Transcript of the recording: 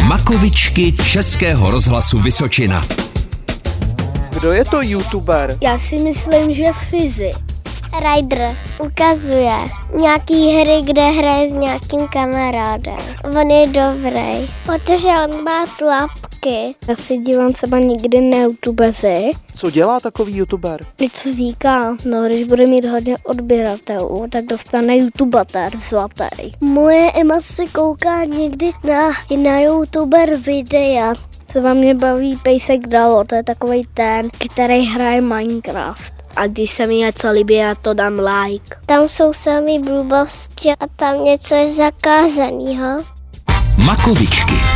Šokovičky Českého rozhlasu Vysočina. Kdo je to youtuber? Já si myslím, že fyzik. Rider ukazuje nějaký hry, kde hraje s nějakým kamarádem. On je dobrý, protože on má tlapky. Já si dívám třeba nikdy na youtubeři, Co dělá takový youtuber? něco říká, no když bude mít hodně odběratelů, tak dostane youtubater zlatý. Moje Emma se kouká někdy na, na youtuber videa. Třeba mě baví Pejsek Dalo, to je takový ten, který hraje Minecraft. A když se mi něco líbí, já to dám like. Tam jsou samý blbosti a tam něco je zakázanýho. Makovičky.